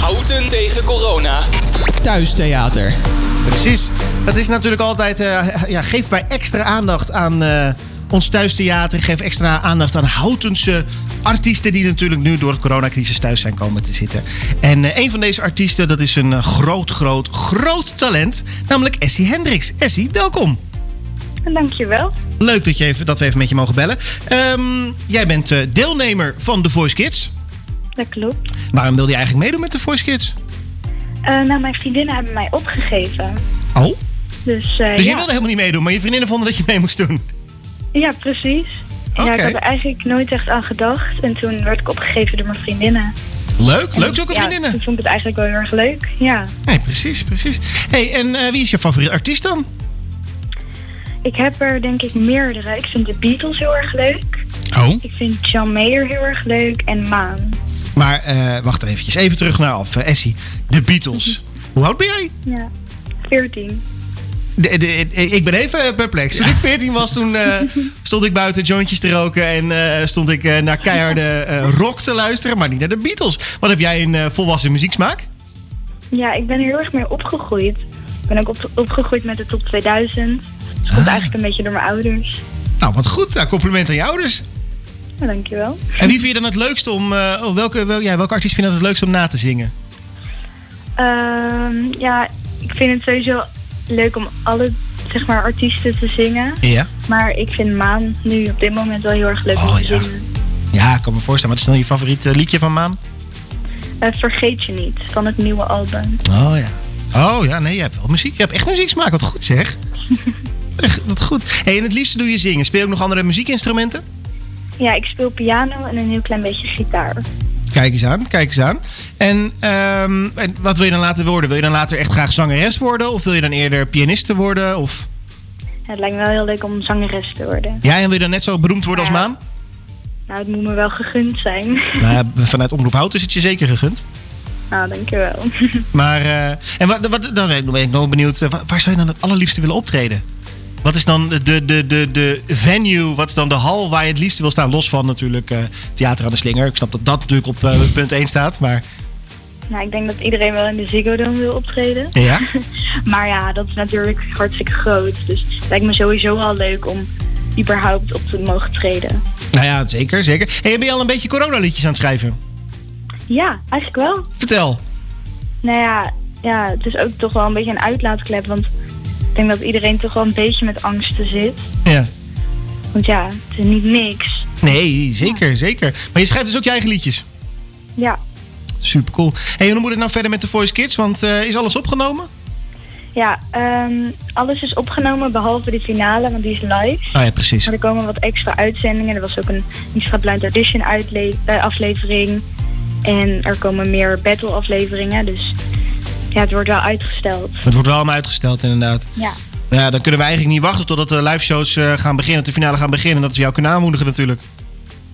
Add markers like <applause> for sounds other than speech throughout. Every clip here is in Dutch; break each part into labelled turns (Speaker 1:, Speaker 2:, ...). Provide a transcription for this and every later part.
Speaker 1: Buiten tegen corona. Thuistheater.
Speaker 2: Precies. Dat is natuurlijk altijd. eh, ja, geef maar extra aandacht aan eh, ons thuistheater. Geef extra aandacht aan Houtense artiesten. die natuurlijk nu door de coronacrisis thuis zijn komen te zitten. En eh, een van deze artiesten, dat is een eh, groot, groot, groot talent. Namelijk Essie Hendricks. Essie, welkom.
Speaker 3: Dankjewel.
Speaker 2: Leuk dat, je even, dat we even met je mogen bellen. Ehm, jij bent eh, deelnemer van de Voice Kids.
Speaker 3: Dat klopt.
Speaker 2: Waarom wilde je eigenlijk meedoen met de Voice Kids?
Speaker 3: Eh, nou, mijn vriendinnen hebben mij opgegeven.
Speaker 2: Oh,
Speaker 3: Dus, eh,
Speaker 2: dus
Speaker 3: ja.
Speaker 2: je wilde helemaal niet meedoen, maar je vriendinnen vonden dat je mee moest doen.
Speaker 3: ja, precies. Ja,
Speaker 2: Oké.
Speaker 3: ik had er eigenlijk nooit echt aan gedacht. En toen werd ik opgegeven door mijn vriendinnen.
Speaker 2: Leuk, leuk
Speaker 3: ook
Speaker 2: zulke vriendinnen.
Speaker 3: Ja, ik vond het eigenlijk wel heel erg leuk. Ja.
Speaker 2: Nee, precies, precies. hey, en eh, wie is je favoriete artiest dan?
Speaker 3: Ik heb er denk ik meerdere. Ik vind de Beatles heel erg leuk.
Speaker 2: Oh.
Speaker 3: Ik vind John Mayer heel erg leuk. En Maan.
Speaker 2: Maar eh, wacht er eventjes, even terug naar af. eh, Essie, de <laughs> Beatles. Hoe oud ben jij?
Speaker 3: Ja. 14.
Speaker 2: De- de- de- ik ben even eh, perplex. Toen ik 14 was, toen <laughs> eh, stond ik buiten jointjes te roken... en eh, stond ik eh, naar keiharde eh, rock te luisteren, maar niet naar de Beatles. Wat heb jij een eh, volwassen muzieksmaak?
Speaker 3: Ja, ik ben er heel erg mee opgegroeid. Ik ben ook op- opgegroeid met de top 2000. Dat
Speaker 2: Ah.
Speaker 3: komt eigenlijk een beetje door mijn ouders.
Speaker 2: Nou, wat goed. Nou, compliment aan je ouders.
Speaker 3: Ja, dankjewel.
Speaker 2: En wie vind je dan het leukste om... eh, oh, welke, wel, ja, welke artiest vind je dan het leukste om na te zingen?
Speaker 3: Ehm, ja, ik vind het sowieso leuk om alle zeg maar, artiesten te zingen.
Speaker 2: Ja.
Speaker 3: Maar ik vind Maan nu op dit moment wel heel erg leuk
Speaker 2: Oh,
Speaker 3: om te
Speaker 2: ja.
Speaker 3: zingen.
Speaker 2: Ja, ik kan me voorstellen. Wat is dan je favoriete liedje van Maan?
Speaker 3: Eh, Vergeet je niet van het nieuwe album.
Speaker 2: Oh ja. Oh ja, nee, je hebt wel muziek. Je hebt echt muzieksmaak. Wat goed zeg. echt, wat goed. hey, en het liefste doe je zingen. Speel je ook nog andere muziekinstrumenten?
Speaker 3: Ja, ik speel piano en een heel klein beetje gitaar.
Speaker 2: Kijk eens aan, kijk eens aan. En, ehm, en wat wil je dan later worden? Wil je dan later echt graag zangeres worden? Of wil je dan eerder pianiste worden? Of...
Speaker 3: Het lijkt me wel heel leuk om zangeres te worden.
Speaker 2: Ja, en wil je dan net zo beroemd worden als
Speaker 3: Ja.
Speaker 2: Maan?
Speaker 3: Nou, het moet me wel gegund zijn.
Speaker 2: Nou, ja, vanuit Omroep Hout is het je zeker gegund.
Speaker 3: <laughs> nou, dankjewel. <laughs>
Speaker 2: Maar, eh, en wat, wat, dan ben ik nog benieuwd. eh, wa- Waar zou je dan het allerliefste willen optreden? Wat is dan de, de, de, de venue, wat is dan de hal waar je het liefste wil staan? Los van natuurlijk eh, Theater aan de Slinger. Ik snap dat dat natuurlijk op eh, punt 1 staat. Maar
Speaker 3: nou, ik denk dat iedereen wel in de Ziggo Dome wil optreden.
Speaker 2: ja,
Speaker 3: <laughs> Maar ja, dat is natuurlijk hartstikke groot. Dus het lijkt me sowieso al leuk om überhaupt op te mogen treden.
Speaker 2: nou ja, zeker, zeker. Hey, ben je al een beetje coronaliedjes aan het schrijven?
Speaker 3: Ja, eigenlijk wel.
Speaker 2: Vertel.
Speaker 3: Nou ja, ja, het is ook toch wel een beetje een uitlaatklep. Want ik denk dat iedereen toch wel een beetje met angsten zit.
Speaker 2: Ja.
Speaker 3: Want ja, het is niet niks.
Speaker 2: Nee, zeker, zeker. Maar je schrijft dus ook je eigen liedjes.
Speaker 3: Ja,
Speaker 2: Super cool. Hey, en hoe moet het nou verder met de Voice Kids? Want eh, is alles opgenomen?
Speaker 3: ja ehm, alles is opgenomen behalve de finale, want die is live.
Speaker 2: Ah ja, precies.
Speaker 3: Maar er komen wat extra uitzendingen. Er was ook een extra Blind Audition uitle- eh, aflevering. En er komen meer battle afleveringen. Dus ja, het wordt wel uitgesteld.
Speaker 2: Het wordt wel allemaal uitgesteld, inderdaad.
Speaker 3: Ja.
Speaker 2: Nou Ja, dan kunnen we eigenlijk niet wachten totdat de liveshows eh, gaan beginnen, dat de finale gaan beginnen. Dat we jou kunnen aanmoedigen
Speaker 3: <laughs>
Speaker 2: natuurlijk.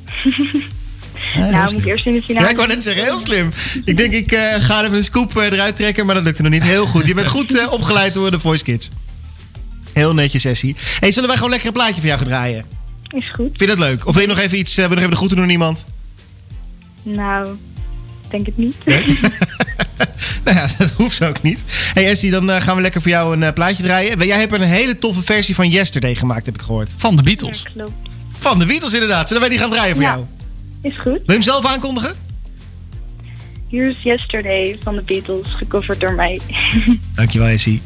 Speaker 2: Ja, heel
Speaker 3: nou,
Speaker 2: slim.
Speaker 3: moet ik eerst in de finale.
Speaker 2: Ja, ik wou net zeggen, heel slim. Ik denk, ik eh, ga even een scoop eh, eruit trekken, maar dat lukte nog niet. Heel goed. Je bent goed eh, opgeleid door de Voice Kids. Heel netjes, sessie. hey, zullen wij gewoon lekker een plaatje voor jou gaan draaien?
Speaker 3: Is goed.
Speaker 2: Vind je dat leuk? Of wil je nog even iets, eh, wil je nog even de groeten doen aan iemand?
Speaker 3: Nou, ik denk het niet. <laughs>
Speaker 2: <laughs> Nou ja, dat hoeft ook niet. hey, Essie, dan eh, gaan we lekker voor jou een eh, plaatje draaien. Jij hebt een hele toffe versie van Yesterday gemaakt, heb ik gehoord.
Speaker 4: Van de
Speaker 3: Ja,
Speaker 4: Beatles.
Speaker 3: klopt.
Speaker 2: Van de Beatles inderdaad. Zullen wij die gaan draaien voor
Speaker 3: Ja.
Speaker 2: jou?
Speaker 3: Is goed.
Speaker 2: Wil je hem zelf aankondigen?
Speaker 3: Here's Yesterday van de Beatles, gecoverd door mij. <laughs>
Speaker 2: Dankjewel, Essie.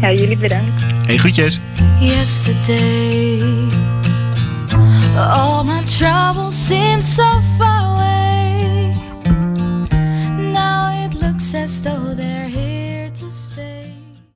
Speaker 3: ja, jullie bedankt.
Speaker 2: Hey, groetjes.
Speaker 5: Yesterday, all my troubles seemed so far.